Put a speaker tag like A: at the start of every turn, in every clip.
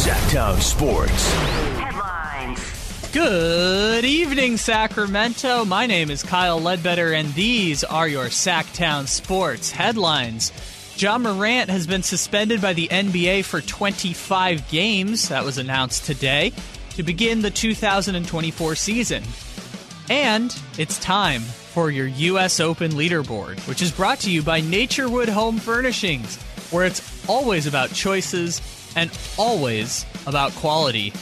A: Sacktown Sports.
B: Good evening, Sacramento. My name is Kyle Ledbetter, and these are your Sacktown Sports headlines. John Morant has been suspended by the NBA for 25 games. That was announced today to begin the 2024 season. And it's time for your U.S. Open leaderboard, which is brought to you by Naturewood Home Furnishings, where it's always about choices and always about quality.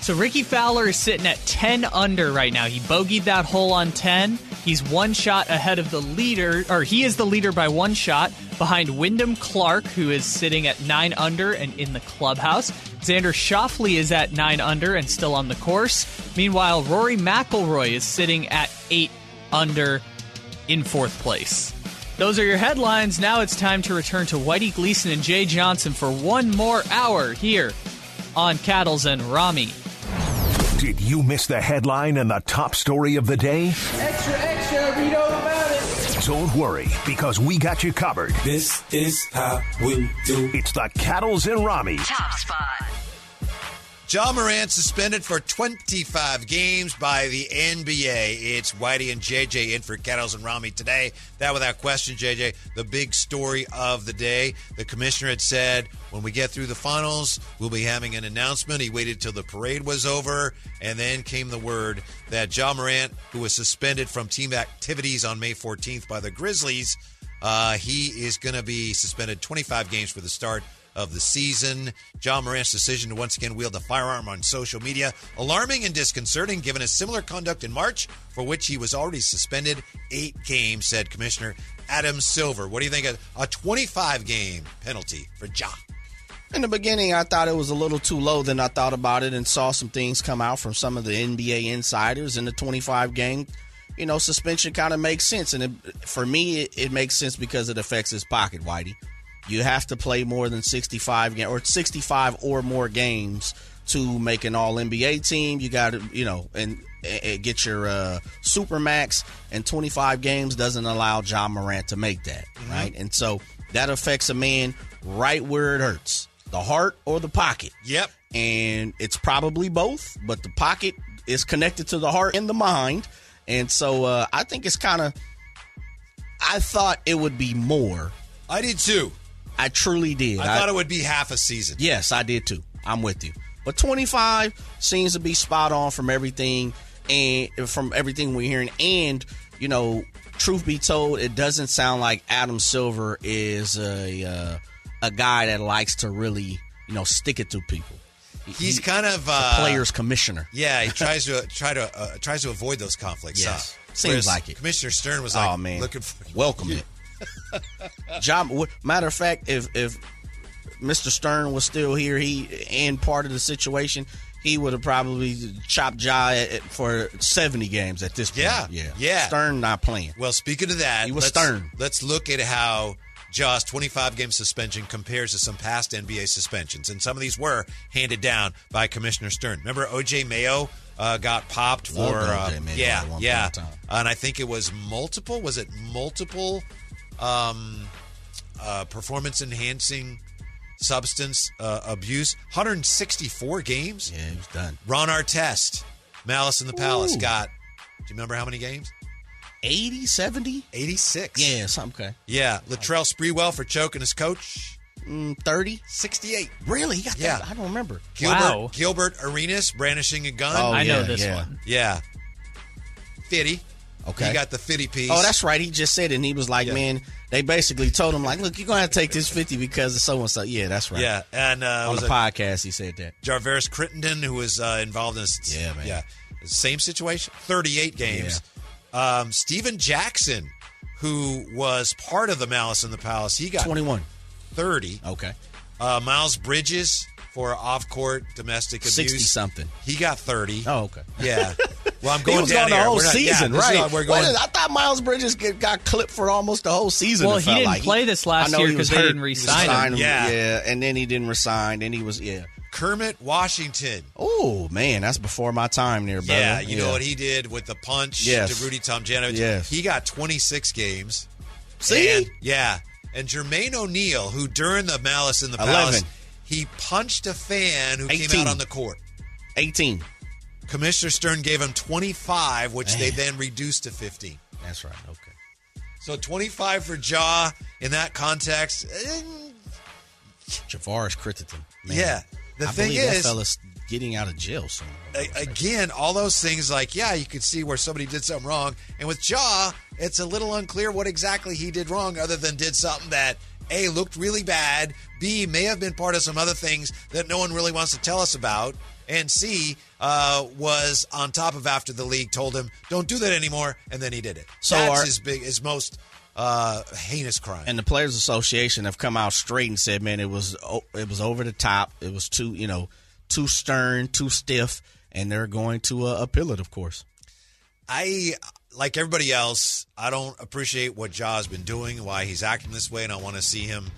B: So Ricky Fowler is sitting at 10 under right now. He bogeyed that hole on 10. He's one shot ahead of the leader, or he is the leader by one shot behind Wyndham Clark, who is sitting at 9 under and in the clubhouse. Xander Shoffley is at 9 under and still on the course. Meanwhile, Rory McIlroy is sitting at 8 under in fourth place. Those are your headlines. Now it's time to return to Whitey Gleason and Jay Johnson for one more hour here on Cattles and Rami.
A: Did you miss the headline and the top story of the day?
C: Extra, extra, read all about it.
A: Don't worry, because we got you covered.
D: This is how we do.
A: It's the Cattles and Rami.
E: Top spot.
F: John Morant suspended for 25 games by the NBA. It's Whitey and JJ in for Kettles and Rami today. That, without question, JJ, the big story of the day. The commissioner had said, when we get through the finals, we'll be having an announcement. He waited till the parade was over, and then came the word that John Morant, who was suspended from team activities on May 14th by the Grizzlies, uh, he is going to be suspended 25 games for the start of the season. John Morant's decision to once again wield the firearm on social media, alarming and disconcerting given his similar conduct in March, for which he was already suspended eight games, said Commissioner Adam Silver. What do you think of a 25 game penalty for Ja?
G: In the beginning, I thought it was a little too low. Then I thought about it and saw some things come out from some of the NBA insiders in the 25 game. You know, suspension kind of makes sense. And it, for me, it, it makes sense because it affects his pocket, Whitey. You have to play more than 65 game or 65 or more games to make an all NBA team. You got to, you know, and, and get your uh, super max. And 25 games doesn't allow John Morant to make that, right? And so that affects a man right where it hurts the heart or the pocket.
F: Yep.
G: And it's probably both, but the pocket is connected to the heart and the mind. And so uh, I think it's kind of, I thought it would be more.
F: I did too.
G: I truly did.
F: I thought it would be half a season.
G: Yes, I did too. I'm with you. But 25 seems to be spot on from everything and from everything we're hearing. And you know, truth be told, it doesn't sound like Adam Silver is a uh, a guy that likes to really you know stick it to people.
F: He's
G: He-
F: kind of
G: the
F: uh,
G: players commissioner.
F: Yeah, he tries to try to uh, tries to avoid those conflicts.
G: Yes.
F: huh?
G: Seems
F: Whereas
G: like it.
F: Commissioner Stern was like,
G: oh man,
F: looking for
G: welcome it. John, w- matter of fact, if if Mr. Stern was still here, he and part of the situation, he would have probably chopped Jai at- at- for seventy games at this point.
F: Yeah,
G: yeah,
F: yeah.
G: Stern not playing.
F: Well, speaking of that,
G: He was
F: let's,
G: stern.
F: Let's look at how Jaws' 25 game suspension compares to some past NBA suspensions. And some of these were handed down by Commissioner Stern. Remember, OJ Mayo uh, got popped
G: Loved
F: for.
G: O.J.
F: uh,
G: Mayo
F: yeah,
G: at one
F: yeah.
G: point in time.
F: And I think it was multiple. Was it multiple um, uh, performance enhancing substance uh, abuse? 164 games?
G: Yeah, he was done.
F: Ron Artest, Malice in the Palace,
G: Ooh.
F: got. Do you remember how many games?
G: 80, 70?
F: 86.
G: Yeah, something okay.
F: Yeah, Latrell Sprewell for choking his coach,
G: Mm, Thirty?
F: 68.
G: Really? He got
F: Yeah.
G: that? I don't remember.
F: Gilbert,
B: Wow.
F: Gilbert Arenas brandishing a gun.
G: Oh,
B: I know
G: yeah,
B: this
G: yeah.
B: one.
F: Yeah. Fitty.
G: Okay.
F: He got the fitty piece.
G: Oh, that's right. He just said it, and he was like,
F: Yeah.
G: "Man, they basically told him like, look, you're gonna have to take this fifty because of so and so." Yeah, that's right.
F: Yeah, and uh,
G: on
F: was
G: the
F: it
G: podcast, he said that.
F: Jarvis Crittenden who was uh, involved in this?
G: Yeah, man.
F: Yeah, same situation. Thirty-eight games. Um, Steven Jackson, who was part of the Malice in the Palace, he got
G: Twenty-one.
F: thirty.
G: Okay.
F: Uh, Miles Bridges for off-court domestic abuse,
G: 60 something.
F: He got thirty.
G: Oh, okay.
F: Yeah. Well, I'm
G: He
F: going
G: was
F: down
G: gone the
F: here.
G: whole
F: We're not- yeah,
G: season,
F: this is
G: right?
F: not- we're going.
G: What is- I thought Miles Bridges get, got clipped for almost the whole season.
B: Well,
G: it
B: he
G: felt
B: didn't
G: like.
B: play this last
G: I know
B: year
G: he
B: 'cause
G: was
B: they
G: hurt.
B: didn't
G: He was
B: re-sign him.
G: signed
F: Yeah.
G: yeah, and then he didn't resign. Then he was yeah.
F: Kermit Washington.
G: Oh man, that's before my time there, brother.
F: Yeah, you know what he did with the punch
G: Yes.
F: to Rudy Tomjanovich.
G: Yes.
F: He got 26 games.
G: See?
F: And- yeah. And Jermaine O'Neal, who during the Malice in the Palace,
G: Eleven.
F: He punched a fan who came
G: 18.
F: out on the court.
G: 18.
F: Commissioner Stern gave him 25, which they then reduced to 15.
G: That's right. Okay.
F: So 25 for Jaw in that context. eh,
G: Javaris Crittenden. Man,
F: Yeah. The
G: I
F: thing
G: believe that
F: is-
G: fella's getting out of jail soon.
F: a- Again, all those things like, yeah, you could see where somebody did something wrong. And with Jaw, it's a little unclear what exactly he did wrong other than did something that A, looked really bad, B, may have been part of some other things that no one really wants to tell us about, and C, uh, was on top of after the league told him, don't do that anymore, and then he did it.
G: So
F: That's
G: are-
F: his, big, his most uh, heinous crime.
G: And the Players Association have come out straight and said, man, it was o- it was over the top. It was too, you know, too stern, too stiff, and they're going to uh, appeal it, of course.
F: I like everybody else. I don't appreciate what Jaw's been doing, why he's acting this way, and I want to see him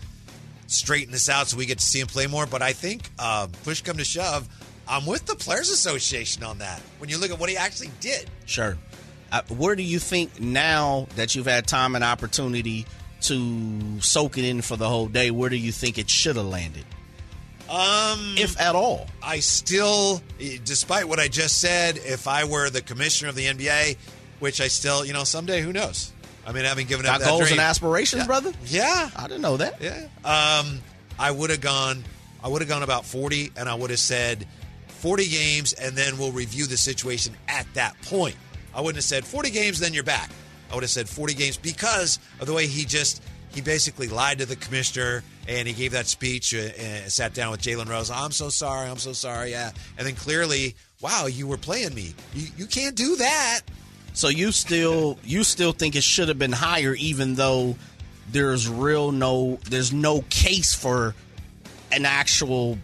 F: straighten this out so we get to see him play more. But I think um, push come to shove, I'm with the Players Association on that. When you look at what he actually did,
G: Sure. Uh, where do you think now that you've had time and opportunity to soak it in for the whole day, where do you think it should have landed? Um, if at all.
F: I still, despite what I just said, if I were the commissioner of the NBA, which I still, you know, someday who knows? I mean, having given up
G: Got
F: that
G: goals
F: dream,
G: and aspirations, brother?
F: yeah,
G: I didn't know that.
F: Yeah. Um, I would have gone. I would have gone about forty, and I would have said forty games, and then we'll review the situation at that point. I wouldn't have said forty games, then you're back. I would have said forty games because of the way he just he basically lied to the commissioner and he gave that speech uh, and sat down with Jalen Rose. I'm so sorry. I'm so sorry. Yeah. And then clearly, wow, you were playing me. You you can't do that.
G: So you still you still think it should have been higher, even though there's real no there's no case for an actual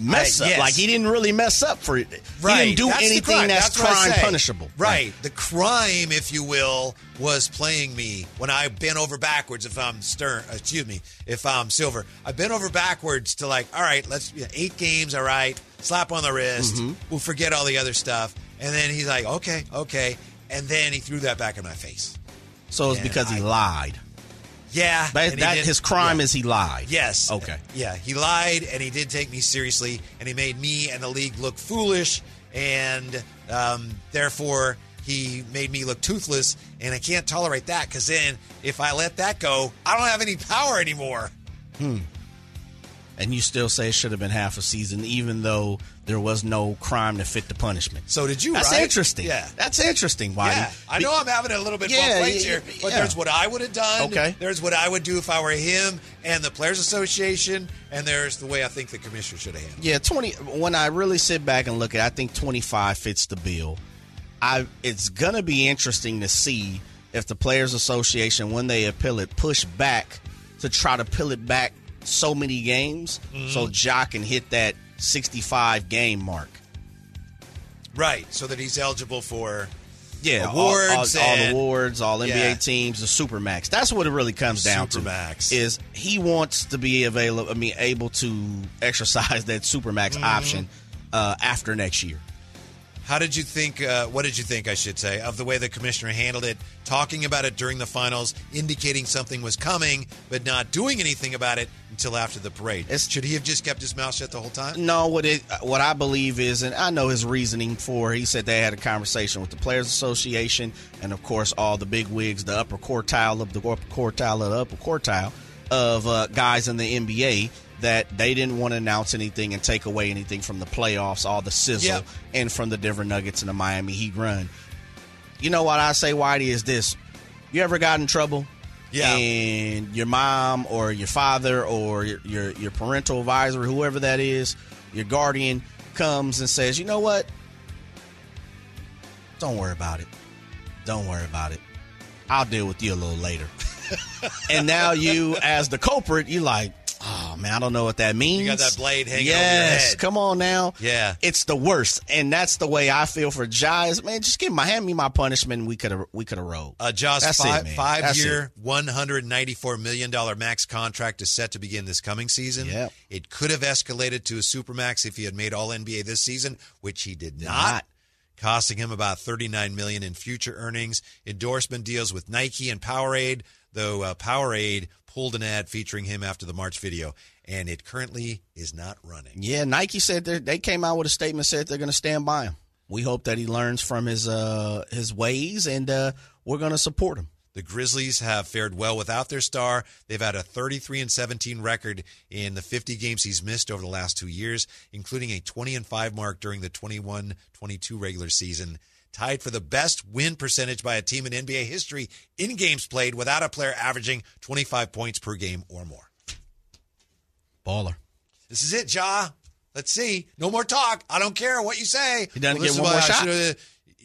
G: mess
F: Right,
G: up.
F: yes.
G: Like he didn't really mess up for it. He didn't do
F: That's the
G: anything
F: crime.
G: that's,
F: what I
G: crime
F: say.
G: punishable.
F: Right. The crime, if you will, was playing me when I bent over backwards. If I'm Stern, excuse me, if I'm Silver, I bent over backwards to like, all right, let's yeah, eight games. All right, slap on the wrist.
G: Mm-hmm.
F: We'll forget all the other stuff. And then he's like, okay, okay. And then he threw that back in my face.
G: So it's
F: Yeah,
G: because he
F: I-
G: lied.
F: Yeah, and
G: That,
F: he
G: that
F: didn't-
G: his crime
F: yeah.
G: is he lied.
F: Yes.
G: Okay.
F: Yeah, he lied and he did take me seriously and he made me and the league look foolish and um, therefore he made me look toothless and I can't tolerate that because then if I let that go, I don't have any power anymore.
G: And you still say it should have been half a season, even though there was no crime to fit the punishment.
F: So did you?
G: that's
F: right?
G: interesting.
F: Yeah.
G: That's interesting, Whitey.
F: Yeah, I know I'm having a little bit
G: Yeah,
F: both ways
G: yeah,
F: here,
G: yeah,
F: but
G: yeah.
F: there's what I would have done.
G: Okay.
F: There's what I would do if I were him and the Players Association, and there's the way I think the commissioner should have handled. it.
G: Yeah, twenty. When I really sit back and look at, it, I think twenty five fits the bill. I it's gonna be interesting to see if the Players Association, when they appeal it, push back to try to peel it back so many games so Jock can hit that sixty five game mark.
F: Right, so that he's eligible for
G: Yeah,
F: Awards
G: all, all, all
F: and-
G: awards, all NBA
F: Yeah.
G: teams, the supermax. That's what it really comes down to.
F: Supermax.
G: is he wants to be available. I mean, able to exercise that supermax option uh, after next year.
F: How did you think? Uh, what did you think? I should say of the way the commissioner handled it, talking about it during the finals, indicating something was coming, but not doing anything about it until after the parade.
G: It's- Mm,
F: should he have just kept his mouth shut the whole time?
G: No, what it what I believe is, and I know his reasoning for. He said they had a conversation with the Players Association, and of course, all the big wigs, the upper quartile of the upper quartile of the upper quartile of uh, guys in the NBA that they didn't want to announce anything and take away anything from the playoffs, all the sizzle,
F: Yeah.
G: and from the Denver Nuggets and the Miami Heat run. You know what I say, Whitey, is this: you ever got in trouble?
F: Yeah.
G: mm. and your mom or your father or your your, your parental advisor, whoever that is, your guardian comes and says, "You know what? Don't worry about it. Don't worry about it. I'll deal with you a little later." and now you, as the culprit, you like, "Oh man, I don't know what that means."
F: got that blade hanging over your
G: Yes,
F: head.
G: come on now.
F: Yeah.
G: it's the worst, and that's the way I feel for Jai. is, Man, just give my hand me my punishment. We could have we could have rolled.
F: Uh, Jaws
G: That's it,
F: five,
G: man.
F: five
G: That's
F: year, one hundred ninety four million dollar max contract is set to begin this coming season.
G: Yep.
F: It could have escalated to a supermax if he had made All NBA this season, which he did not.
G: not.
F: costing him about thirty nine million in future earnings. Endorsement deals with Nike and Powerade, though uh, Powerade pulled an ad featuring him after the March video, and it currently is not running.
G: Yeah, Nike said they they came out with a statement said they're going to stand by him. We hope that he learns from his uh his ways, and uh, we're going to support him.
F: The Grizzlies have fared well without their star. They've had a 33 and 17 record in the 50 games he's missed over the last two years, including a 20 and 5 mark during the 21 22 regular season. Tied for the best win percentage by a team in NBA history in games played without a player averaging 25 points per game or more.
G: Baller.
F: This is it, Ja. Let's see. No more talk. I don't care what you say.
G: He doesn't
F: this
G: get
F: is
G: one
F: why
G: more
F: I
G: shot?
F: should've-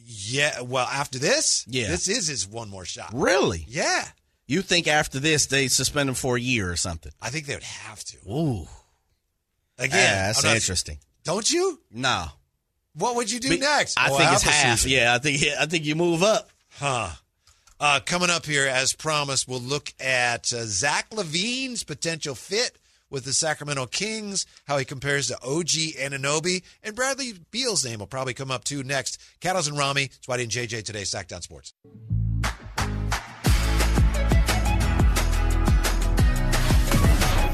F: Yeah. Well, after this,
G: Yeah.
F: this is his one more shot.
G: Really?
F: Yeah.
G: You think after this they suspend him for a year or something?
F: I think they would have to.
G: Ooh,
F: Again,
G: yeah, Ah, that's
F: I'm not-
G: interesting.
F: Don't you?
G: No,
F: What would you do
G: Be-
F: next?
G: I
F: Oh,
G: think it's
F: half a
G: half.
F: season.
G: Yeah, I think I think you move up.
F: Huh. Uh, coming up here, as promised, we'll look at uh, Zach Levine's potential fit with the Sacramento Kings, how he compares to OG Ananobi, and Bradley Beal's name will probably come up too next. Cattles and Rami, it's Whitey and JJ today, Sackdown Sports.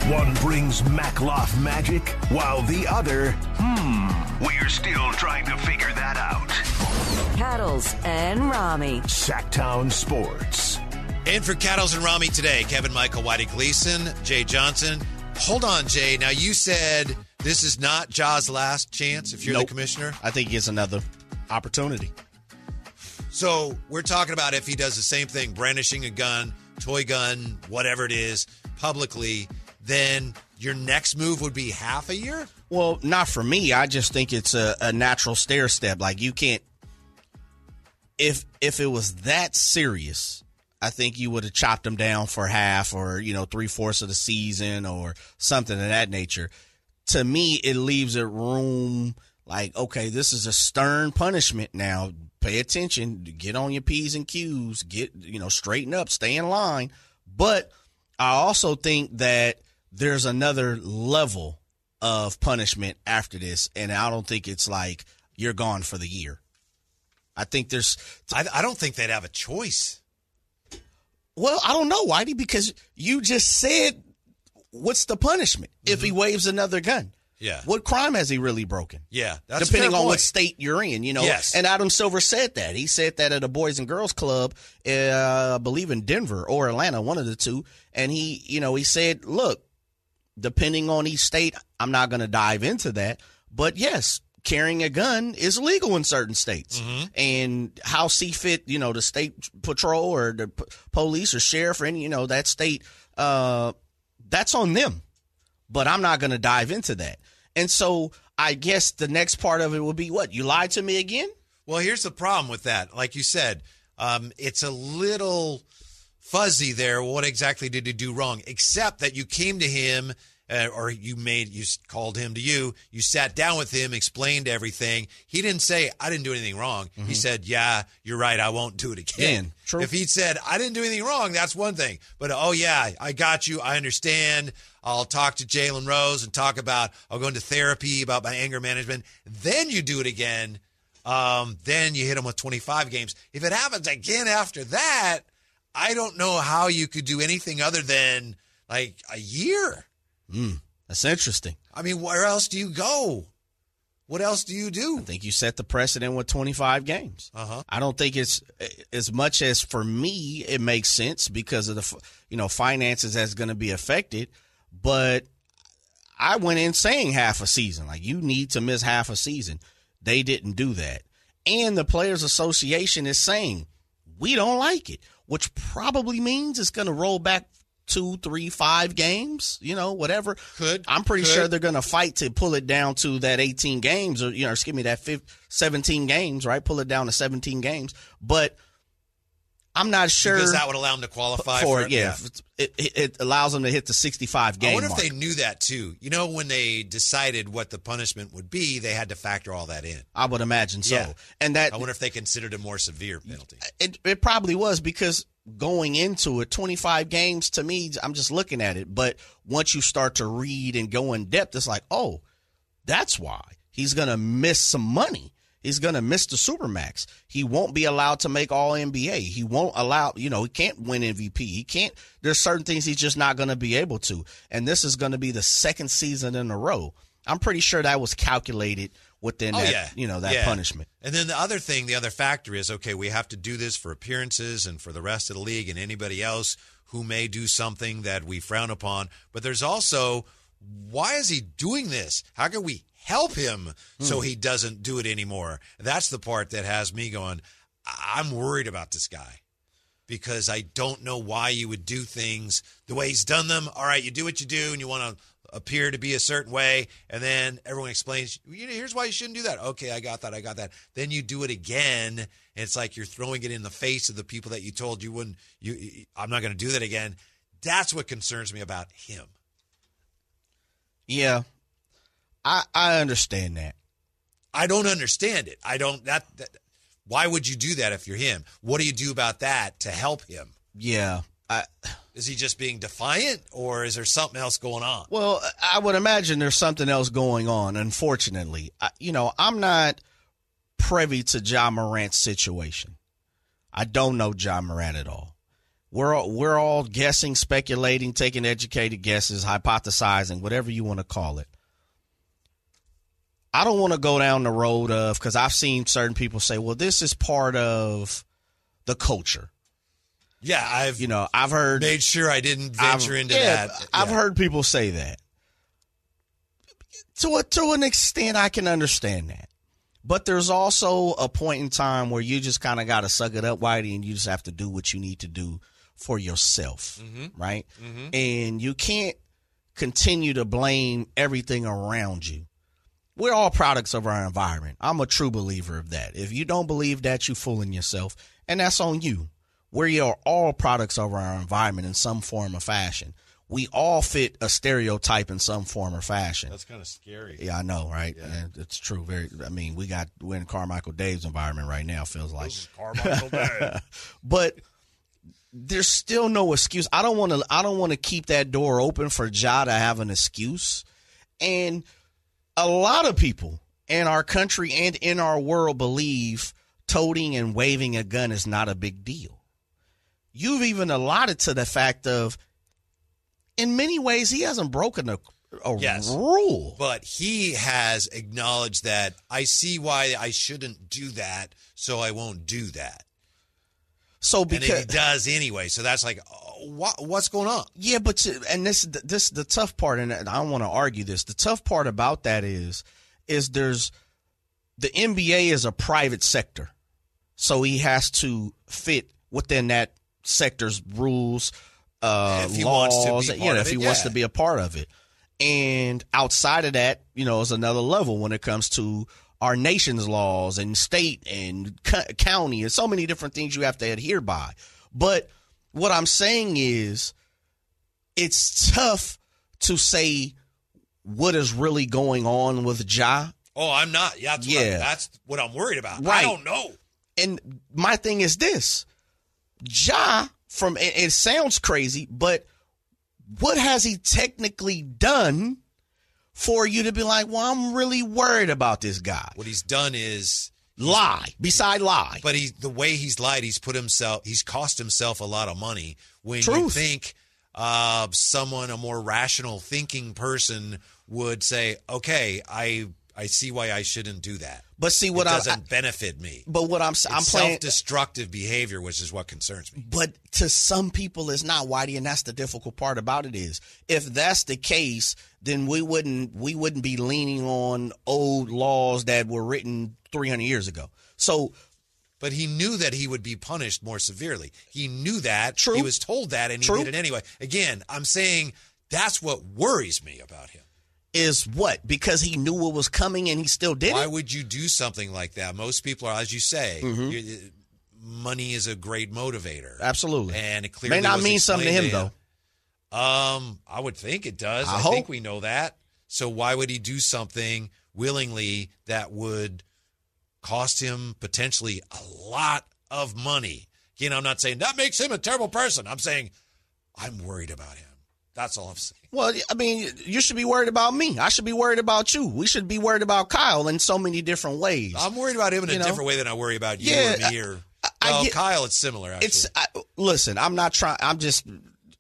A: One brings Makloff magic, while the other, hmm, we're still trying to figure that out.
E: Cattles and Rami.
A: Sacktown Sports.
F: In for Cattles and Rami today, Kevin Michael, Whitey Gleason, Jay Johnson. Hold on, Jay. Now, you said this is not Ja's last chance if you're
G: Nope.
F: the commissioner.
G: I think it's another opportunity.
F: So we're talking about if he does the same thing, brandishing a gun, toy gun, whatever it is, publicly, then your next move would be half a year?
G: Well, not for me. I just think it's a, a natural stair step. Like you can't. If if it was that serious, I think you would have chopped him down for half, or you know, three fourths of the season, or something of that nature. To me, it leaves it room. Like, okay, this is a stern punishment. Now, pay attention. Get on your p's and q's. Get you know, straighten up. Stay in line. But I also think that there's another level of punishment after this, and I don't think it's like you're gone for the year. I think there's
F: I, I don't think they'd have a choice.
G: well, I don't know, Whitey, because you just said what's the punishment if he waves another gun?
F: Yeah.
G: What crime has he really broken?
F: Yeah. That's a
G: depending
F: fair
G: on what
F: point.
G: state you're in, you know.
F: Yes.
G: And Adam Silver said that. He said that at a Boys and Girls Club, uh, I believe in Denver or Atlanta, one of the two. And he, you know, he said, look, depending on each state, I'm not going to dive into that. But yes, carrying a gun is legal in certain states.
F: Mm-hmm.
G: And how see fit, you know, the state patrol or the p- police or sheriff or any, you know, that state, uh, that's on them but I'm not going to dive into that. And so I guess the next part of it would be what? You lied to me again?
F: Well, here's the problem with that. Like you said, um, it's a little fuzzy there. What exactly did he do wrong? Except that you came to him, uh, or you made you s- called him to you. You sat down with him, explained everything. He didn't say I didn't do anything wrong. He said, Yeah, you're right. I won't do it again.
G: Mm-hmm. Yeah, true.
F: If he said I didn't do anything wrong, that's one thing. But oh yeah, I got you. I understand. I'll talk to Jalen Rose and talk about. I'll go into therapy about my anger management. Then you do it again. Um, then you hit them with 25 games. If it happens again after that, I don't know how you could do anything other than like a year.
G: That's interesting.
F: I mean, where else do you go? What else do you
G: I
F: do?
G: think you set the precedent with 25 games.
F: Uh-huh.
G: I don't think it's as much as for me it makes sense because of the f- you know finances that's going to be affected, but I went in saying half a season. Like you need to miss half a season. They didn't do that. And the players association is saying we don't like it, which probably means it's going to roll back two, three, five games, you know, whatever.
F: Could.
G: I'm pretty
F: Could.
G: sure they're going to fight to pull it down to that 18 games, or you know, excuse me, that 15, 17 games, right? Pull it down to 17 games, but I'm not sure
F: Because that would allow them to qualify
G: for
F: for,
G: it. Yeah, if it's- It, it, it allows them to hit the 65 game.
F: I wonder
G: mark.
F: if they knew that too. You know, when they decided what the punishment would be, they had to factor all that in.
G: I would imagine so,
F: Yeah.
G: and that
F: I wonder if they considered a more severe penalty.
G: it, it probably was because going into it 25 games to me i'm just looking at it but once you start to read and go in depth it's like oh that's why he's gonna miss some money He's going to miss the Supermax. He won't be allowed to make all NBA. He won't allow, you know, he can't win MVP. He can't, there's certain things he's just not going to be able to. And this is going to be the second season in a row. I'm pretty sure that was calculated within
F: Oh,
G: that,
F: yeah.
G: you know, that
F: Yeah.
G: punishment.
F: And then the other thing, the other factor is okay, we have to do this for appearances and for the rest of the league and anybody else who may do something that we frown upon. But there's also why is he doing this? How can we help him so
G: Hmm.
F: he doesn't do it anymore? That's the part that has me going, I- I'm worried about this guy because I don't know why you would do things the way he's done them. All right, you do what you do and you want to appear to be a certain way, and then everyone explains, you know, here's why you shouldn't do that. Okay, I got that, I got that. Then you do it again, and it's like you're throwing it in the face of the people that you told you wouldn't, you, you- I'm not going to do that again. That's what concerns me about him.
G: Yeah. I, I understand that.
F: I don't understand it. I don't, that, that, why would you do that if you're him? What do you do about that to help him?
G: Yeah. I,
F: Is he just being defiant, or is there something else going on?
G: Well, I would imagine there's something else going on, unfortunately. I, you know, I'm not privy to John Morant's situation. I don't know John Morant at all. We're all, we're all guessing, speculating, taking educated guesses, hypothesizing, whatever you want to call it. I don't want to go down the road of because I've seen certain people say, "Well, this is part of the culture."
F: Yeah, I've
G: You know, I've heard
F: made sure I didn't venture
G: I've-
F: into
G: yeah,
F: that.
G: I've
F: Yeah.
G: heard people say that. To a, to an extent, I can understand that, but there's also a point in time where you just kind of got to suck it up, Whitey, and you just have to do what you need to do for yourself,
F: Mm-hmm.
G: right? And you can't continue to blame everything around you. We're all products of our environment. I'm a true believer of that. If you don't believe that, you're fooling yourself, and that's on you. We are all products of our environment in some form or fashion. We all fit a stereotype in some form or fashion.
F: That's kind of scary.
G: yeah, I know, right? Yeah, it's true. Very. I mean, we got we're in Carmichael Dave's environment right now. Feels like but there's still no excuse. I don't want to. I don't want to keep that door open for Ja to have an excuse. And a lot of people in our country and in our world believe toting and waving a gun is not a big deal. You've even allotted to the fact of, in many ways, he hasn't broken a, a
F: Yes.
G: rule.
F: But he has acknowledged that I see why I shouldn't do that, so I won't do that.
G: So
F: And
G: because
F: then he does anyway. So that's like, oh, what, what's going on?
G: Yeah, but to- and this this the tough part, and I don't want to argue this. The tough part about that is, is there's the NBA is a private sector, so he has to fit within that sector's rules, uh,
F: If he
G: laws.
F: wants to be
G: you
F: part
G: know,
F: of
G: if he
F: it,
G: wants
F: yeah.
G: to be a part of it, and outside of that, you know, is another level when it comes to our nation's laws and state and co- county and so many different things you have to adhere by. But what I'm saying is it's tough to say what is really going on with Ja.
F: Oh, I'm not. Yeah, that's, What,
G: Yeah.
F: I'm, that's what I'm worried about. I
G: Right.
F: don't know.
G: And my thing is this Ja, from it, it sounds crazy, but what has he technically done for you to be like, well, I'm really worried about this guy?
F: What he's done is,
G: Lie, beside lie.
F: but he the way he's lied, he's put himself, he's cost himself a lot of money. When you
G: Truth.
F: think uh, someone, a more rational thinking person, would say, "Okay, I I see why I shouldn't do that."
G: But see
F: what
G: what
F: it
G: I,
F: doesn't benefit me.
G: but what I'm s- I'm
F: It's
G: playing
F: self-destructive behavior, which is what concerns me.
G: but to some people it's not whitey and that's the difficult part about it is if that's the case then we wouldn't we wouldn't be leaning on old laws that were written 300 years ago so
F: But he knew that he would be punished more severely. He knew that.
G: True.
F: He was told that, and he
G: True.
F: did it anyway. Again, I'm saying that's what worries me about him.
G: is what because he knew what was coming and he still did
F: Why
G: it
F: would you do something like that? Most people are, as you say,
G: Mm-hmm.
F: you- uh, money is a great motivator.
G: absolutely
F: And it clearly
G: may not
F: was
G: mean something to him
F: explained
G: though
F: though. Um, I would think it does. I,
G: I
F: think
G: hope.
F: we know that. So why would he do something willingly that would cost him potentially a lot of money? Again, I'm not saying that makes him a terrible person. I'm saying I'm worried about him. That's all I'm saying.
G: Well, I mean, you should be worried about me. I should be worried about you. We should be worried about Kyle in so many different ways.
F: I'm worried about him in a
G: You know?
F: different way than I worry about you
G: Yeah,
F: or me or
G: I- I
F: well,
G: get-
F: Kyle. It's similar. Actually.
G: it's I, listen. I'm not trying. I'm just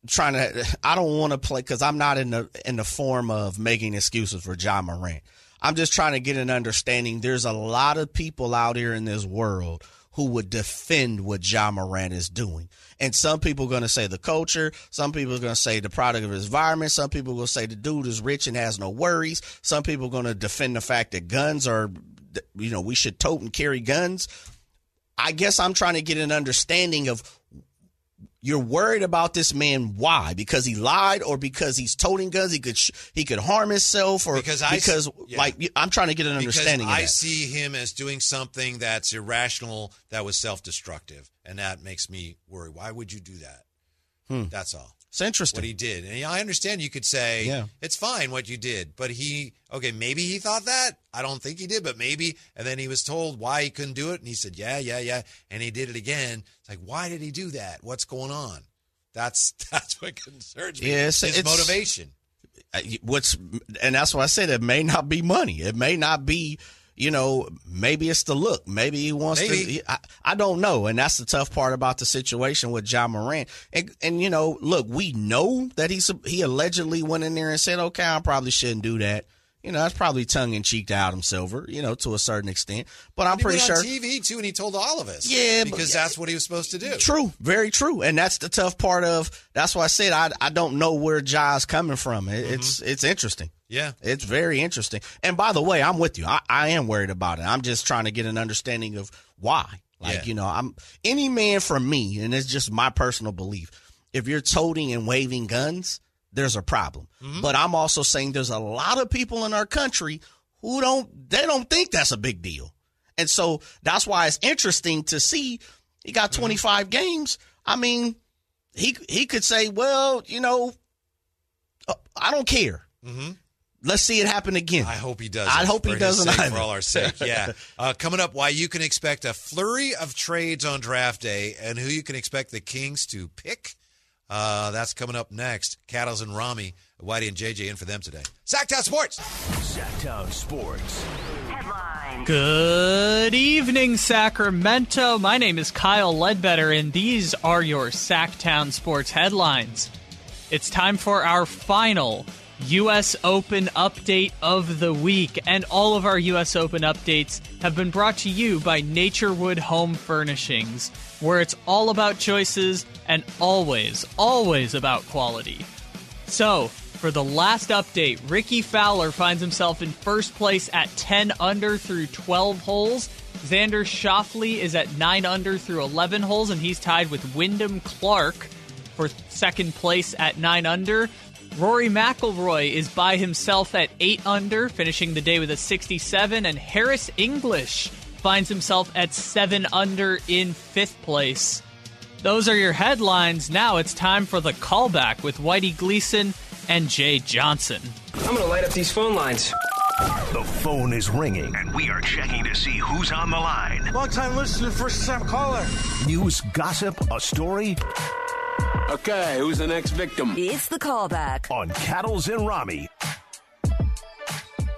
G: trying to. I don't want to play because I'm not in the in the form of making excuses for John Morant. I'm just trying to get an understanding. There's a lot of people out here in this world who would defend what John Morant is doing. And some people are going to say the culture. Some people are going to say the product of his environment. Some people will say the dude is rich and has no worries. Some people are going to defend the fact that guns are, you know, we should tote and carry guns. I guess I'm trying to get an understanding of you're worried about this man. Why? Because he lied, or because he's toting guns. He could sh- he could harm himself, or
F: Because I s-
G: because
F: yeah.
G: like you- I'm trying to get an understanding.
F: Because
G: of
F: I
G: that.
F: see him as doing something that's irrational, that was self-destructive, and that makes me worry. Why would you do that?
G: Hmm.
F: That's all.
G: It's interesting.
F: What he did, and I understand you could say
G: Yeah.
F: it's fine what you did, but he okay maybe he thought that. I don't think he did, but maybe. And then he was told why he couldn't do it, and he said yeah, yeah, yeah, and he did it again. It's like why did he do that? What's going on? That's that's what concerns me.
G: Yeah, it's-
F: his
G: it's-
F: motivation.
G: Uh, What's and that's why I said it may not be money. It may not be. You know, maybe it's the look. Maybe he wants
F: Maybe.
G: to. I, I don't know, and that's the tough part about the situation with John Morant. And, and you know, look, we know that he's he allegedly went in there and said, "Okay, I probably shouldn't do that." You know, that's probably tongue in cheek to Adam Silver. You know, to a certain extent, but I'm
F: He
G: pretty
F: went
G: sure
F: on TV too, and he told all of us.
G: Yeah, but-
F: because that's what he was supposed to do.
G: True, very true, and that's the tough part of. That's why I said I I don't know where Jai's coming from. It, It's it's interesting.
F: Yeah.
G: It's very interesting. And by the way, I'm with you. I, I am worried about it. I'm just trying to get an understanding of why. Like
F: Yeah.
G: you know, I'm any man for me, and it's just my personal belief. If you're toting and waving guns, there's a problem. But I'm also saying there's a lot of people in our country who don't they don't think that's a big deal. And so that's why it's interesting to see he got 25 games. I mean, he he could say, well, you know, uh, I don't care. Let's see it happen again.
F: Mm-hmm. I hope he doesn't.
G: I hope he
F: for his
G: doesn't
F: sake,
G: either.
F: for all our sake. Yeah. uh, coming up, why you can expect a flurry of trades on draft day, and who you can expect the Kings to pick. Uh, that's coming up next. Cattles and Rami, Whitey and JJ in for them today. Sacktown Sports.
A: Sacktown Sports.
E: Headlines.
B: Good evening, Sacramento. My name is Kyle Ledbetter, and these are your Sacktown Sports headlines. It's time for our final U.S. Open update of the week, and all of our U.S. Open updates have been brought to you by Naturewood Home Furnishings, where it's all about choices and always, always about quality. So, for the last update, Ricky Fowler finds himself in first place at 10 under through 12 holes. Xander Shoffley is at 9 under through 11 holes, and he's tied with Wyndham Clark for second place at 9 under. Rory McIlroy is by himself at 8 under, finishing the day with a 67, and Harris English finds himself at 7 under in fifth place. Those are your headlines. Now it's time for the callback with Whitey Gleason and Jay Johnson.
H: I'm gonna light up these phone lines.
A: The phone is ringing, and we are checking to see who's on the line.
I: Long time listener, first time caller.
A: News, gossip, a story
I: Okay, who's the next victim?
E: It's the callback.
A: on Cattles and Rami.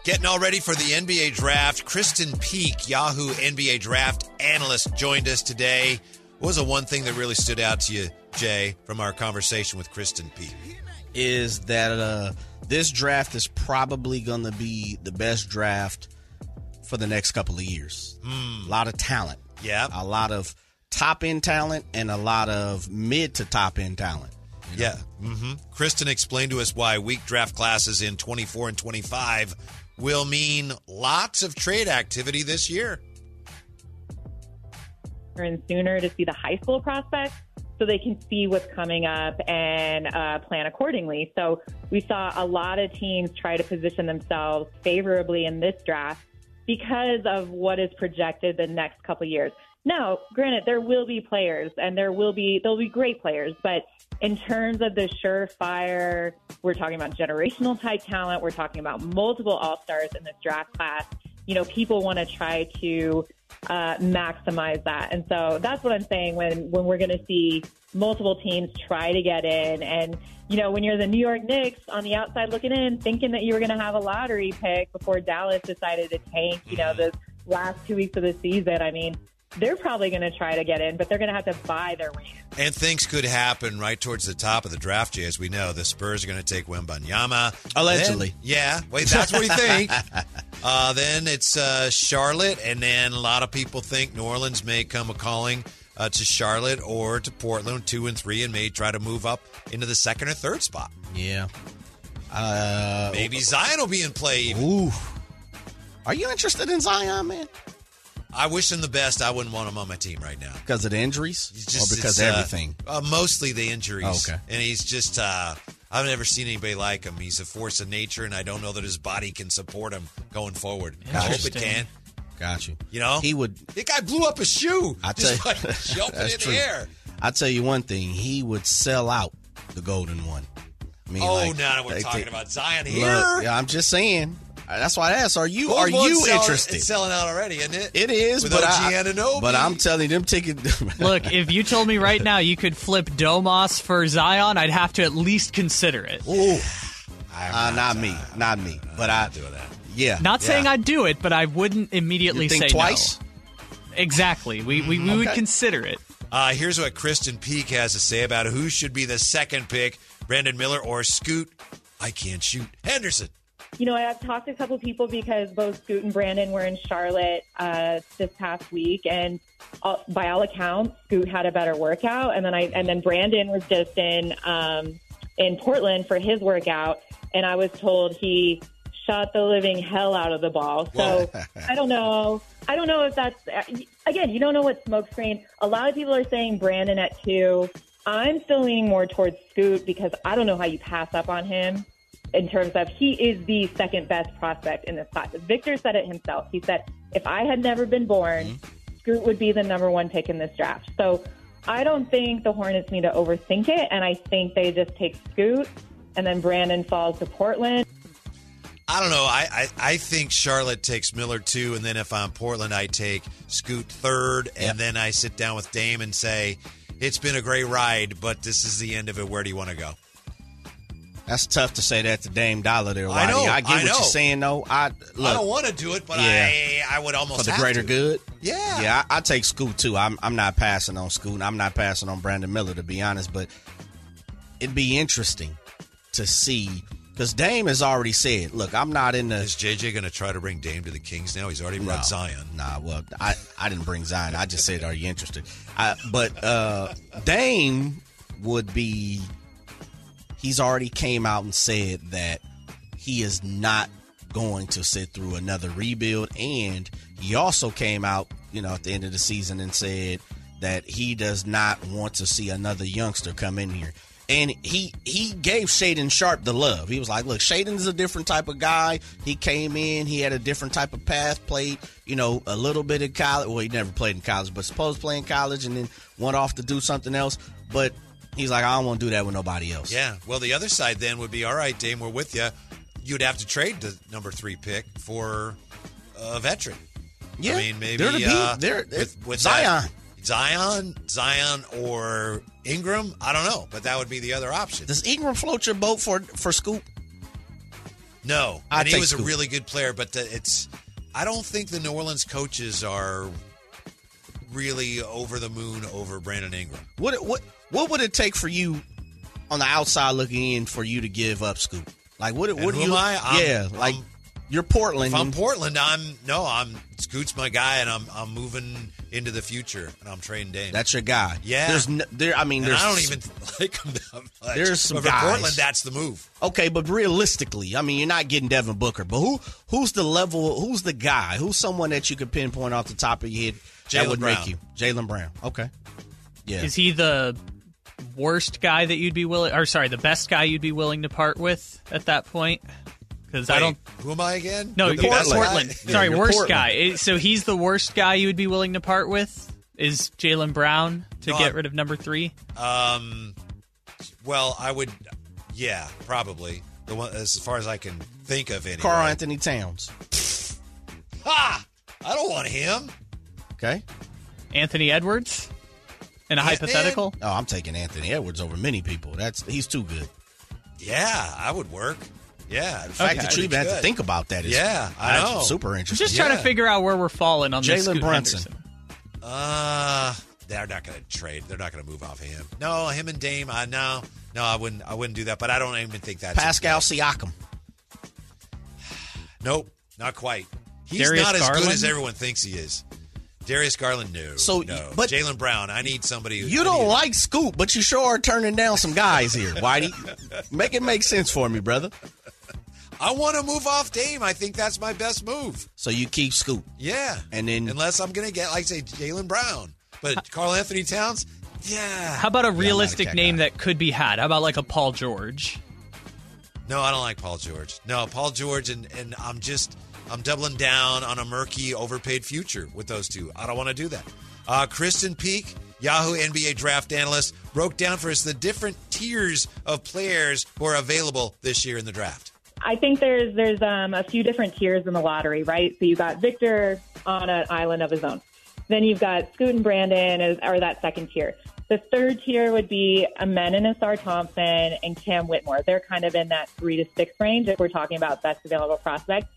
F: Getting all ready for the NBA draft. Kristen Peak, Yahoo NBA draft analyst, joined us today. What was the one thing that really stood out to you, Jay, from our conversation with Kristen Peak?
G: is that uh, this draft is probably going to be the best draft for the next couple of years.
F: Hmm.
G: A lot of talent.
F: Yep.
G: A lot of top end talent and a lot of mid to top end talent.
F: Yeah. hmm Kristen explained to us why weak draft classes in 24 and 25 will mean lots of trade activity this year.
J: and sooner to see the high school prospects so they can see what's coming up and uh, plan accordingly. So we saw a lot of teams try to position themselves favorably in this draft because of what is projected the next couple of years. Now, granted, there will be players and there will be there'll be great players, but in terms of the surefire, we're talking about generational type talent, we're talking about multiple all stars in this draft class. You know, people want to try to uh, maximize that. And so that's what I'm saying when when we're going to see multiple teams try to get in. And, you know, when you're the New York Knicks on the outside looking in, thinking that you were going to have a lottery pick before Dallas decided to tank, you know, the last two weeks of the season, I mean, they're probably going to try to get in, but they're going to have to buy their way in.
F: And things could happen right towards the top of the draft, Jay. As we know, the Spurs are going to take Wimbanyama.
G: Allegedly.
F: Then- yeah. Wait, that's what you think. uh, then it's uh, Charlotte. And then a lot of people think New Orleans may come a calling uh, to Charlotte or to Portland, two and three, and may try to move up into the second or third spot.
G: Yeah. Uh,
F: Maybe Zion will be in play even.
G: Ooh. Are you interested in Zion, man?
F: I wish him the best. I wouldn't want him on my team right now.
G: Because of the injuries?
F: He's just-
G: or because
F: it's,
G: of
F: uh,
G: everything?
F: Uh, mostly the injuries.
G: Oh, okay.
F: And he's just, uh, I've never seen anybody like him. He's a force of nature, and I don't know that his body can support him going forward. I hope it
B: Interesting.
F: can.
G: Got you.
F: You know?
G: He would.
F: That guy blew up his shoe.
G: I tell
F: just
G: you,
F: like jumping in
G: that's true.
F: the air.
G: I tell you one thing. He would sell out the golden one. I mean,
F: Oh,
G: like,
F: now we're
G: they-
F: talking
G: they-
F: about Zion
G: Look,
F: here.
G: yeah, I'm just saying. Uh, That's why I asked. Are you?
F: Well,
G: are
F: well,
G: you
F: it's selling-
G: interested?
F: It's selling out already, isn't it?
G: It is,
F: With
G: but
F: OG
G: I,
F: Anunoby.
G: but I'm telling you, them ticket.
B: Look, if you told me right now you could flip Domas for Zion, I'd have to at least consider it.
G: Ooh, uh, not me, not me. But I
F: doing that.
G: Yeah,
B: Not saying
G: yeah.
B: I'd do it, but I wouldn't immediately
G: You think
B: say
G: twice.
B: no. Exactly. We we, we would
G: okay.
B: consider it.
F: Uh, here's what Kristen Peak has to say about who should be the second pick: Brandon Miller or Scoot. I can't shoot Henderson.
J: You know, I've talked to a couple people because both Scoot and Brandon were in Charlotte uh, this past week, and all, by all accounts, Scoot had a better workout, and then I and then Brandon was just in um, in Portland for his workout, and I was told he shot the living hell out of the ball. So I don't know. I don't know if that's uh, again. You don't know what smokescreen. A lot of people are saying Brandon at two. I'm still leaning more towards Scoot because I don't know how you pass up on him in terms of he is the second best prospect in this class. Victor said it himself. He said, if I had never been born, Scoot would be the number one pick in this draft. So I don't think the Hornets need to overthink it. And I think they just take Scoot and then Brandon falls to Portland.
F: I don't know. I, I, I think Charlotte takes Miller two, and then if I'm Portland, I take Scoot third, and then I sit down with Dame and say, "It's been a great ride, but this is the end of it. Where do you want to go?"
G: That's tough to say that to Dame Dollar there, Roddy.
F: I
G: I,
F: know,
G: get
F: I
G: what
F: know.
G: you're saying, though. I
F: I don't
G: look
F: want to do it, but
G: Yeah.
F: I I would almost
G: for the
F: have
G: greater
F: to.
G: good.
F: Yeah.
G: yeah. I, I take Scoot too. I'm I'm not passing on Scoot. and I'm not passing on Brandon Miller to be honest, but it'd be interesting to see because Dame has already said, "Look, I'm not in the
F: Is JJ going to try to bring Dame to the Kings now? He's already brought
G: No.
F: Zion.
G: Nah, well, I, I didn't bring Zion. I just said, are you interested? I, but uh, Dame would be. He's already came out and said that he is not going to sit through another rebuild, and he also came out, you know, at the end of the season and said that he does not want to see another youngster come in here. And he he gave Shaden Sharp the love. He was like, "Look, Shaden's a different type of guy. He came in, he had a different type of path. Played, you know, a little bit in college. Well, he never played in college, but supposed to play in college, and then went off to do something else. But he's like, I don't want to do that with nobody else.
F: Yeah. Well, the other side then would be all right, Dame, we're with you. You'd have to trade the number three pick for a veteran.
G: yeah.
F: I mean, maybe
G: they're the
F: uh,
G: beat. They're, they're
F: with, with
G: Zion.
F: that- Zion, Zion, or Ingram. I don't know, but that would be the other option.
G: Does Ingram float your boat for for Scoop?
F: no,
G: I'd
F: and he
G: take
F: was a
G: Scoot.
F: really good player, but the, it's. I don't think the New Orleans coaches are really over the moon over Brandon Ingram.
G: What what what would it take for you on the outside looking in for you to give up Scoop? Like what what
F: who
G: do you?
F: am I? I'm-
G: yeah, like
F: I'm-
G: you're Portland.
F: If I'm Portland, I'm no, I'm Scoot's my guy, and I'm I'm moving into the future, and I'm trading Dame.
G: that's your guy.
F: Yeah.
G: there's no, there. I mean,
F: and
G: there's
F: I don't even like him that much.
G: There's some
F: but for
G: guys.
F: Portland, that's the move.
G: okay, but realistically, I mean, you're not getting Devin Booker. But who who's the level? Who's the guy? Who's someone that you could pinpoint off the top of your head
F: Jaylen
G: that would
F: Brown.
G: make you Jalen Brown? Okay, yeah,
B: Is he the worst guy that you'd be willing or sorry, the best guy you'd be willing to part with at that point? Cuz I
F: Wait,
B: don't
F: Who am I again?
B: No,
F: The
B: you-
F: best guy?
B: Portland. Sorry,
G: you're
B: worst
G: Portland.
B: guy. It- So he's the worst guy you would be willing to part with is Jalen Brown to
F: No,
B: get
F: I'm-
B: rid of number 3?
F: Um, well, I would. Yeah, probably the one as far as I can think of. Anyway.
G: Carl Anthony Towns.
F: Ha! I don't want him.
G: Okay,
B: Anthony Edwards? In a
F: Yeah,
B: hypothetical?
G: Oh, I'm taking Anthony Edwards over many people. That's he's too good.
F: Yeah, I would work. Yeah. In
G: The fact that you even had to think about that is
F: Yeah, I
G: that's
F: know.
G: super
B: I'm
G: interesting.
B: just trying
F: Yeah.
B: to figure out where we're falling on this.
G: Jalen
B: Scoot
G: Brunson.
B: Henderson.
F: Uh they're not going to trade. They're not going to move off him. No, him and Dame. I no, no, I wouldn't. I wouldn't do that. But I don't even think that's
G: Pascal Siakam.
F: Nope, not quite. He's
B: Darius
F: not as
B: Garland?
F: good as everyone thinks he is. Darius Garland, no.
G: So,
F: no.
G: but-
F: Jalen Brown. I need somebody. who-
G: You
F: I
G: don't
F: need-
G: like Scoop, but you sure are turning down some guys here, Whitey. Make it make sense for me, brother.
F: I want to move off Dame. I think that's my best move.
G: So you keep Scoop.
F: Yeah.
G: And then-
F: unless I'm going to get, like, say, Jalen Brown, but Carl Anthony Towns. Yeah.
B: How about a realistic
G: tech
B: name
G: guy.
B: that could be had? How about like a Paul George?
F: No, I don't like Paul George. No, Paul George, and and I'm just I'm doubling down on a murky, overpaid future with those two. I don't want to do that. Uh, Kristen Peak, Yahoo NBA draft analyst, broke down for us the different tiers of players who are available this year in the draft.
J: I think there's there's um, a few different tiers in the lottery, right? So you got Victor on an island of his own. Then you've got Scoot and Brandon as are that second tier. The third tier would be Amen and Asar Thompson and Cam Whitmore. They're kind of in that three to six range if we're talking about best available prospect.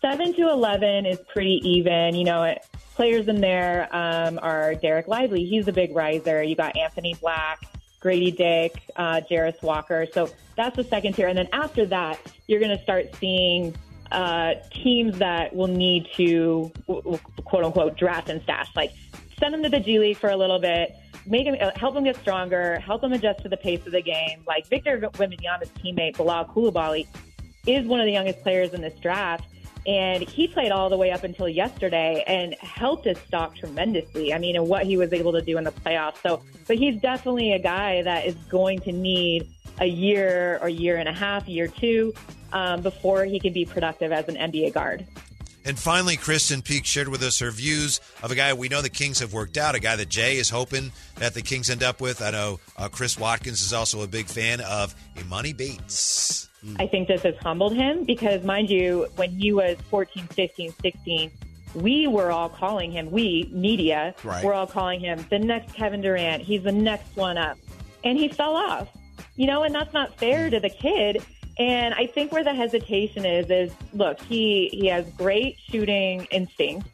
J: Seven to eleven is pretty even. You know, it, players in there um, are Derek Lively. He's a big riser. You got Anthony Black. Grady Dick, uh, Jarris Walker. So that's the second tier. And then after that, you're going to start seeing uh, teams that will need to w- w- quote unquote draft and stash. Like send them to the G League for a little bit, make them, uh, help them get stronger, help them adjust to the pace of the game. Like Victor Wembanyama's teammate, Bilal Koulibaly, is one of the youngest players in this draft. And he played all the way up until yesterday and helped his stock tremendously. I mean, and what he was able to do in the playoffs. So, but he's definitely a guy that is going to need a year or year and a half, year two, um, before he can be productive as an NBA guard.
F: And finally, Kristen Peak shared with us her views of a guy we know the Kings have worked out, a guy that Jay is hoping that the Kings end up with. I know uh, Chris Watkins is also a big fan of Imani Bates.
J: I think this has humbled him because, mind you, when he was 14, 15, 16, we were all calling him, we, media,
G: Right.
J: were all calling him the next Kevin Durant. He's the next one up. And he fell off, you know, and that's not fair to the kid. And I think where the hesitation is, is look, he, he has great shooting instinct.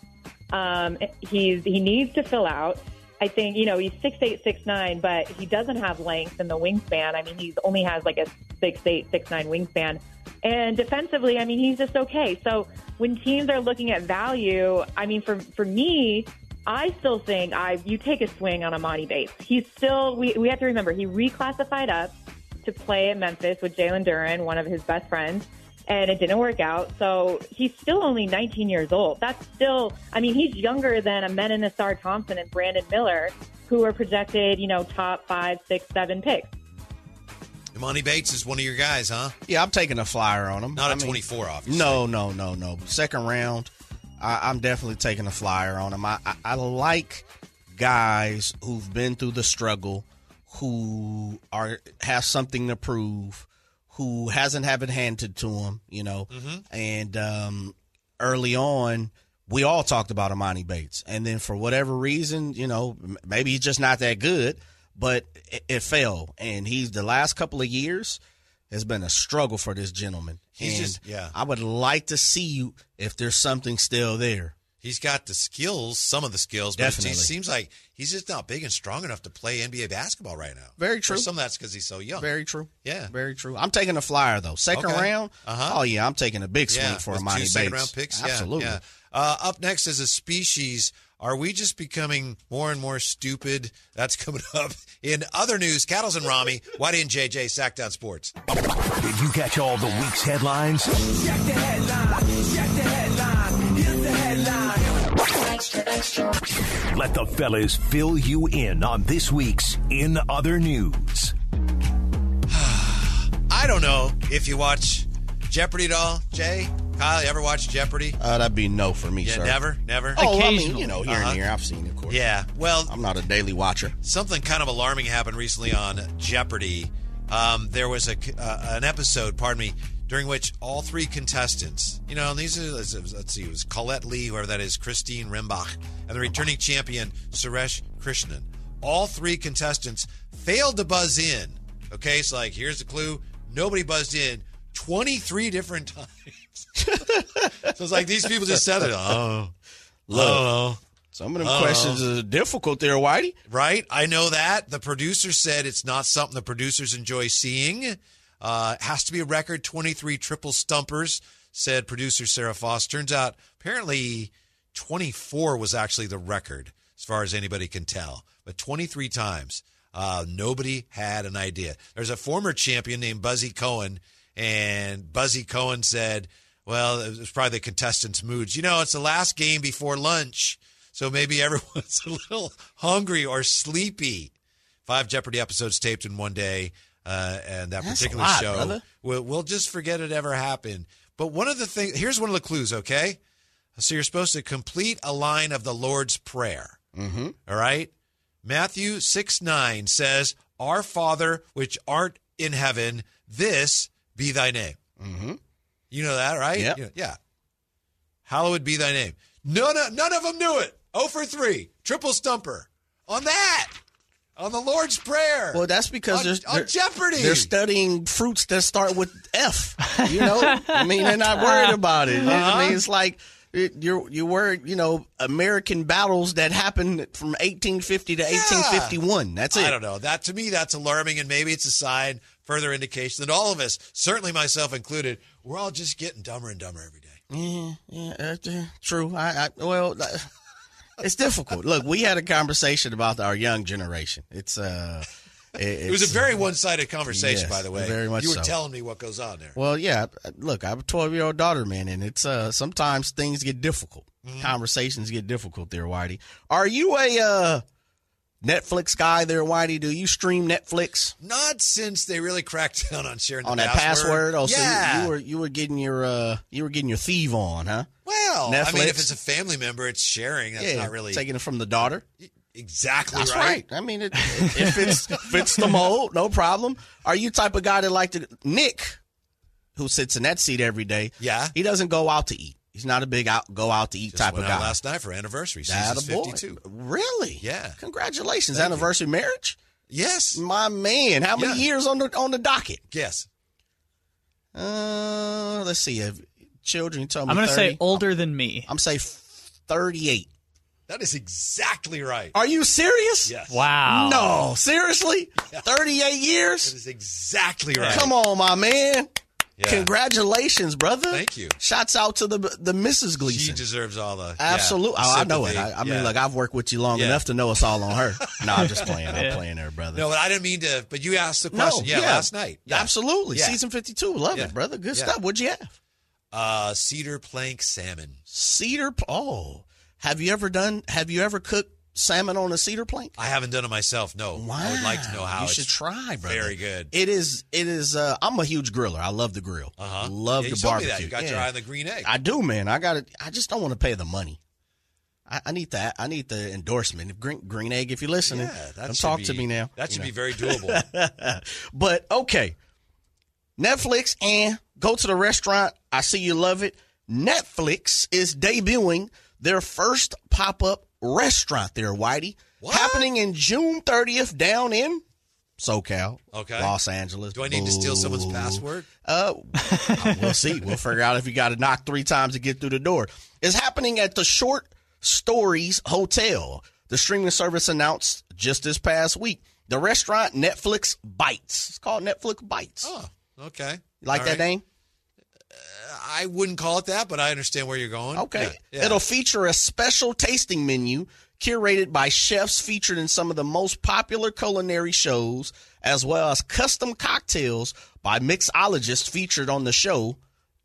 J: Um, he's he needs to fill out. I think you know he's six eight six nine, but he doesn't have length in the wingspan. I mean, he's only has like a six eight six nine wingspan. And defensively, I mean, he's just okay. So when teams are looking at value, I mean, for for me, I still think I you take a swing on Amani Bates. He's still we we have to remember he reclassified up to play at Memphis with Jalen Duran, one of his best friends, and it didn't work out. So he's still only 19 years old. That's still, I mean, he's younger than a Men and Nassar Thompson and Brandon Miller, who are projected, you know, top five, six, seven picks.
F: Imani Bates is one of your guys, huh?
G: Yeah, I'm taking a flyer on him.
F: Not
G: I
F: a
G: mean,
F: 24, obviously.
G: No, no, no, no. Second round, I, I'm definitely taking a flyer on him. I, I, I like guys who've been through the struggle, who are have something to prove, who hasn't have it handed to him. You know,
F: Mm-hmm.
G: and um, early on. We all talked about Amani Bates, and then for whatever reason, you know, m- maybe he's just not that good, but it, it fell. And he's the last couple of years has been a struggle for this gentleman.
F: He's
G: and
F: just- yeah.
G: I would like to see you if there's something still there.
F: He's got the skills, some of the skills, but
G: Definitely.
F: it seems like he's just not big and strong enough to play NBA basketball right now.
G: Very true.
F: For some of that's because he's so young.
G: Very true.
F: Oh. Yeah.
G: Very true. I'm taking a flyer though. Second
F: Okay.
G: round.
F: Uh-huh.
G: Oh yeah, I'm taking a big swing for
F: with
G: Amani
F: two
G: Bates.
F: second round picks. Yeah,
G: Absolutely.
F: yeah. Uh, up next is a species. Are we just becoming more and more stupid? That's coming up in other news. Cattles and Rami, why didn't JJ Sackdown Sports?
A: Did you catch all the week's headlines? Let the fellas fill you in on this week's In Other News.
F: I don't know if you watch Jeopardy at all, Jay, Kyle. You ever watch Jeopardy?
G: Uh, that'd be no for me,
F: yeah,
G: sir.
F: never, never.
G: Oh, I mean,
B: Occasionally.
G: you know, here and there, I've seen, it, of course.
F: Yeah. Well,
G: I'm not a daily watcher.
F: something kind of alarming happened recently on Jeopardy. Um, there was a c- uh, an episode, pardon me, during which all three contestants, you know, and these are let's, let's see, it was Colette Lee, whoever that is, Christine Rembach, and the returning champion Suresh Krishnan, all three contestants failed to buzz in. Okay, so like here's the clue: nobody buzzed in 23 different times. so it's like these people just said it. Oh,
G: Look.
F: oh.
G: Some of them
F: Uh-oh.
G: questions are difficult there, Whitey.
F: Right? I know that. The producer said it's not something the producers enjoy seeing. Uh, it has to be a record 23 triple stumpers, said producer Sarah Foss. Turns out, apparently, 24 was actually the record, as far as anybody can tell. But 23 times, uh, nobody had an idea. There's a former champion named Buzzy Cohen, and Buzzy Cohen said, well, it was probably the contestants' moods. You know, it's the last game before lunch. So maybe everyone's a little hungry or sleepy. Five Jeopardy episodes taped in one day, uh, and that
G: That's a
F: particular
G: lot,
F: show,
G: brother.
F: we'll, we'll just forget it ever happened. But one of the things, here's one of the clues, okay? So you're supposed to complete a line of the Lord's Prayer.
G: Mhm.
F: All right? Matthew 6 9 says, Our Father, which art in heaven, this be thy name.
G: Mm-hmm.
F: You know that, right?
G: Yep.
F: You- yeah. Hallowed be thy name. None of, none of them knew it. 0 for 3. Triple stumper. On that. On the Lord's Prayer.
G: Well, that's because
F: On-
G: there's
F: on Jeopardy!
G: They're studying fruits that start with F. You know, I mean, they're not worried about it.
F: Uh-huh.
G: I mean, it's like it, you're you worried. You know, American battles that happened from 1850 to 1851. That's it.
F: I don't know. That to me, that's alarming, and maybe it's a sign, further indication that all of us, certainly myself included, we're all just getting dumber and dumber every day.
G: Yeah, yeah, uh, uh, true. I, I well, uh, it's difficult. Look, we had a conversation about our young generation. It's uh, it,
F: It was a very one-sided conversation,
G: Yes,
F: by the way.
G: very much
F: you were
G: so.
F: telling me what goes on there.
G: Well, yeah. uh, Look, I have a 12 year old daughter, man, and it's uh sometimes things get difficult.
F: Mm-hmm.
G: Conversations get difficult there, Whitey. Are you a uh Netflix guy there, Whitey? Do you stream Netflix
F: Not since they really cracked down on sharing the
G: on that password? Oh, so you-
F: yeah.
G: you, were you were getting your uh you were getting your thieve on, huh?
F: Well, I mean,
G: Netflix.
F: if it's a family member, it's sharing. That's not really
G: taking it from the daughter.
F: exactly
G: That's right. I mean, it, it, it fits fits the mold, no problem. Are you type of guy that like to Nick, who sits in that seat every day?
F: Yeah.
G: he doesn't go out to eat. He's not a big out go out to eat
F: Just
G: type of
F: went out
G: guy.
F: last night for anniversary.
G: That
F: Season's
G: a boy.
F: 52.
G: Really?
F: Yeah.
G: Congratulations,
F: Thank you.
G: anniversary marriage.
F: Yes.
G: My man, how many
F: Yeah.
G: years on the on the docket?
F: Yes.
G: Uh, let's see. If children, you told me
B: I'm going to
G: 30.
B: say older than me.
G: I'm say thirty-eight.
F: That is exactly right.
G: Are you serious?
F: Yes.
B: Wow.
G: No, seriously, thirty-eight years.
F: That is exactly right.
G: Come on, my man.
F: Yeah.
G: Congratulations, brother.
F: Thank you.
G: Shouts out to the the Mrs.
F: She
G: Gleason.
F: deserves all the. yeah,
G: Absolutely.
F: the
G: oh, I know it.
F: sympathy.
G: I, I
F: Yeah.
G: mean, look, I've worked with you long
F: Yeah.
G: enough to know it's all on her. no, I'm just playing. I'm
B: Yeah.
G: playing her, brother.
F: No, but I didn't mean to. But you asked the
G: No,
F: question. yeah, last night. Yeah.
G: Absolutely.
F: Yeah.
G: Season 52. Love
F: Yeah.
G: it, brother. Good
F: Yeah.
G: stuff. What'd you have?
F: Uh, cedar plank salmon.
G: Cedar. pl- Oh, have you ever done, have you ever cooked salmon on a cedar plank?
F: I haven't done it myself. No.
G: Wow.
F: I would like to know how.
G: You
F: it's-
G: should try, brother.
F: very good.
G: It is, it is, uh, I'm a huge griller. I love the grill.
F: Uh-huh.
G: Love
F: yeah,
G: the
F: you told me
G: barbecue.
F: that. You got your
G: Yeah.
F: eye on the green egg.
G: I do, man. I got to I just don't want to pay the money. I, I need that. I need the endorsement. If Green, green Egg, if you're listening,
F: yeah, that
G: don't
F: should
G: talk
F: be,
G: to me now.
F: That should
G: you
F: be very doable.
G: know. but okay, Netflix and go to the restaurant. I see you love it. Netflix is debuting their first pop up restaurant there, Whitey.
F: What?
G: Happening in June 30th down in SoCal,
F: Okay.
G: Los Angeles.
F: Do I need to steal someone's
G: Boo.
F: password?
G: Uh, we'll see. We'll figure out if you got to knock three times to get through the door. It's happening at the Short Stories Hotel. The streaming service announced just this past week. The restaurant Netflix Bites. It's called Netflix Bites.
F: Oh, okay.
G: you like
F: All
G: that
F: right.
G: name?
F: I wouldn't call it that, but I understand where you're going.
G: Okay.
F: Yeah, yeah.
G: It'll feature a special tasting menu curated by chefs featured in some of the most popular culinary shows, as well as custom cocktails by mixologists featured on the show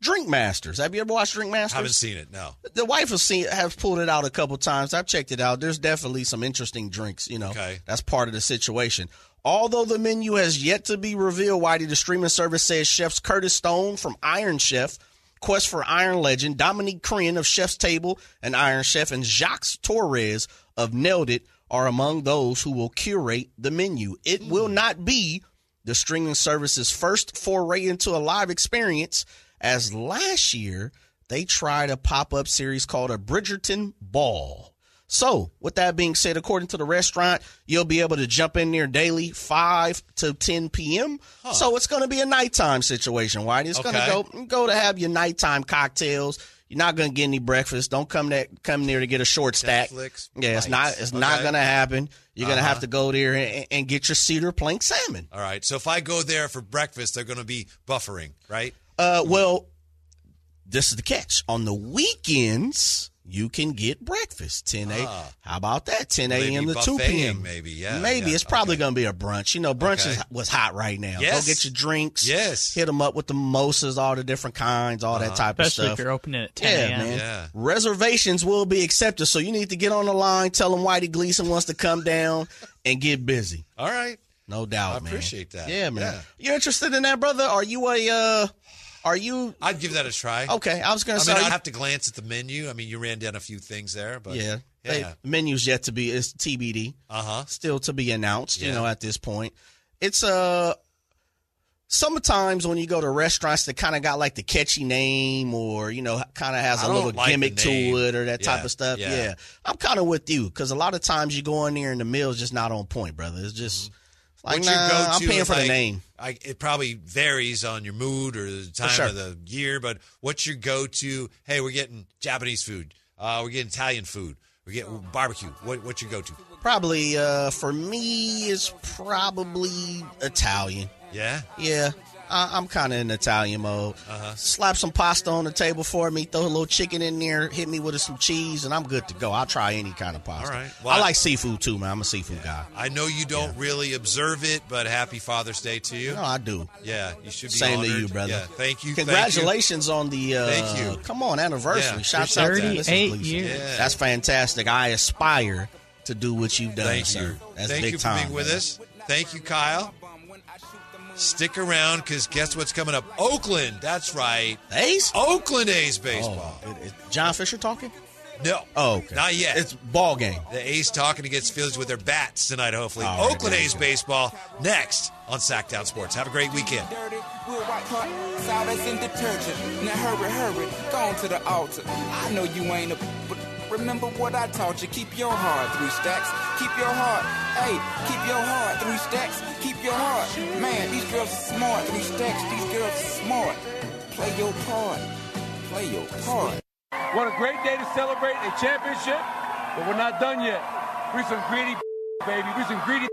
G: Drink Masters. Have you ever watched Drink Masters?
F: haven't seen it. No.
G: the wife has seen has pulled it out a couple times. I've checked it out. There's definitely some interesting drinks. You know,
F: Okay.
G: that's part of the situation. Although the menu has yet to be revealed, Whitey, the streaming service says chefs Curtis Stone from Iron Chef, Quest for Iron Legend, Dominique Crin of Chef's Table and Iron Chef, and Jacques Torres of Nailed It are among those who will curate the menu. It will not be the streaming service's first foray into a live experience, as last year they tried a pop up series called A Bridgerton Ball. So, with that being said, according to the restaurant, you'll be able to jump in there daily, 5 to 10 p.m. So, it's going to be a nighttime situation, Whitey. It's
F: Okay.
G: going to go go to have your nighttime cocktails. You're not going to get any breakfast. Don't come that come there to get a short stack.
F: Netflix
G: yeah, it's not
F: bites.
G: it's not
F: Okay. Uh-huh.
G: going to happen. You're going to have to go there and, and get your cedar plank salmon.
F: All right. So if I go there for breakfast, they're going to be buffering, right?
G: Uh, well, this is the catch. On the weekends, you can get breakfast. 10 a.
F: Ah.
G: How about that? 10 a.m.
F: Maybe
G: to 2
F: buffeting,
G: p.m.
F: maybe. Yeah,
G: Maybe.
F: yeah,
G: It's probably
F: okay.
G: going to be a brunch. You know, brunch
F: Okay.
G: is, was hot right now.
F: Yes.
G: Go get your drinks.
F: Yes. Uh-huh.
G: Hit them up with the mimosas, all the different kinds, all that type
B: Especially
G: of
B: if
G: stuff.
B: you're opening at 10
G: yeah,
B: a.m.
G: man.
F: Yeah.
G: Reservations will be accepted, so you need to get on the line. Tell them Whitey Gleason wants to come down and get busy.
F: All right.
G: No
F: I
G: doubt, man.
F: appreciate that.
G: Yeah, man.
F: Yeah.
G: You're interested in that, brother? Are you a? uh Are you
F: I'd give that a try.
G: okay? I was gonna
F: I
G: say.
F: mean,
G: are
F: I'd
G: you-
F: have to glance at the menu. I mean, you ran down a few things there, but
G: yeah. They-
F: yeah.
G: menu's yet to be is TBD,
F: Uh huh.
G: still to be announced. You
F: Yeah.
G: know, at this point, it's Uh, Sometimes when you go to restaurants that kind of got like the catchy name or, you know, kind of has
F: I
G: a
F: don't
G: little
F: like the
G: gimmick to
F: name.
G: it or that type
F: Yeah,
G: of stuff.
F: yeah.
G: Yeah. I'm kind of with you because a lot of times you go in there and the meal's just not on point, brother. It's just like,
F: Mm-hmm. What's
G: nah, I'm
F: go-to
G: paying
F: if
G: for
F: I-
G: the name.
F: I, it probably varies on your mood or the time
G: sure.
F: of the year, but what's your go-to? Hey, we're getting Japanese food. Uh, we're getting Italian food. We're getting barbecue. What, what's your go-to?
G: Probably uh, for me it's probably Italian.
F: Yeah.
G: Yeah, I, I'm kind of in Italian mode.
F: Uh-huh.
G: Slap some pasta on the table for me. Throw a little chicken in there. Hit me with some cheese, and I'm good to go. I'll try any kind of pasta.
F: All right. Well,
G: I
F: I-
G: like seafood too, man. I'm a seafood guy.
F: I know you don't really observe it, but happy Father's Day to you.
G: No, I do.
F: Yeah, you should be
G: Same to
F: honored.
G: you, brother.
F: Yeah, thank you. thank you.
G: Congratulations on the uh,
F: Thank you.
G: come on anniversary.
F: Yeah,
G: Shouts out to
F: appreciate
G: Mrs.
B: that. 38
G: Gleason.
B: years.
F: Yeah.
G: That's fantastic. I aspire to do what you've done,
F: Thank
G: sir.
F: you.
G: That's
F: Thank
G: big
F: you for
G: time.
F: being with
G: brother.
F: us. Thank you, Kyle. Stick around because guess what's coming up? Oakland. That's right.
G: Ace.
F: Oakland A's baseball.
G: Oh, it- it- John Fisher talking?
F: No.
G: Oh, okay.
F: Not yet.
G: It's ball game.
F: the A's talking against Phillies with their bats tonight, hopefully.
G: All right,
F: Oakland
G: very
F: A's
G: good.
F: baseball next on Sacktown Sports. Have a great weekend.
K: dirty. We'll wipe her out as in detergent. Now hurry, hurry, go on to the altar. I know you ain't a but remember what I taught you. Keep your heart three stacks. Keep your heart. Hey, keep your heart three stacks. Keep your heart. Man, these girls are smart. Three stacks. These girls are smart. Play your part. Play your part.
I: What a great day to celebrate a championship, but we're not done yet. We some greedy, baby. We some greedy.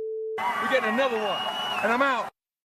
I: We're getting another one, and I'm out.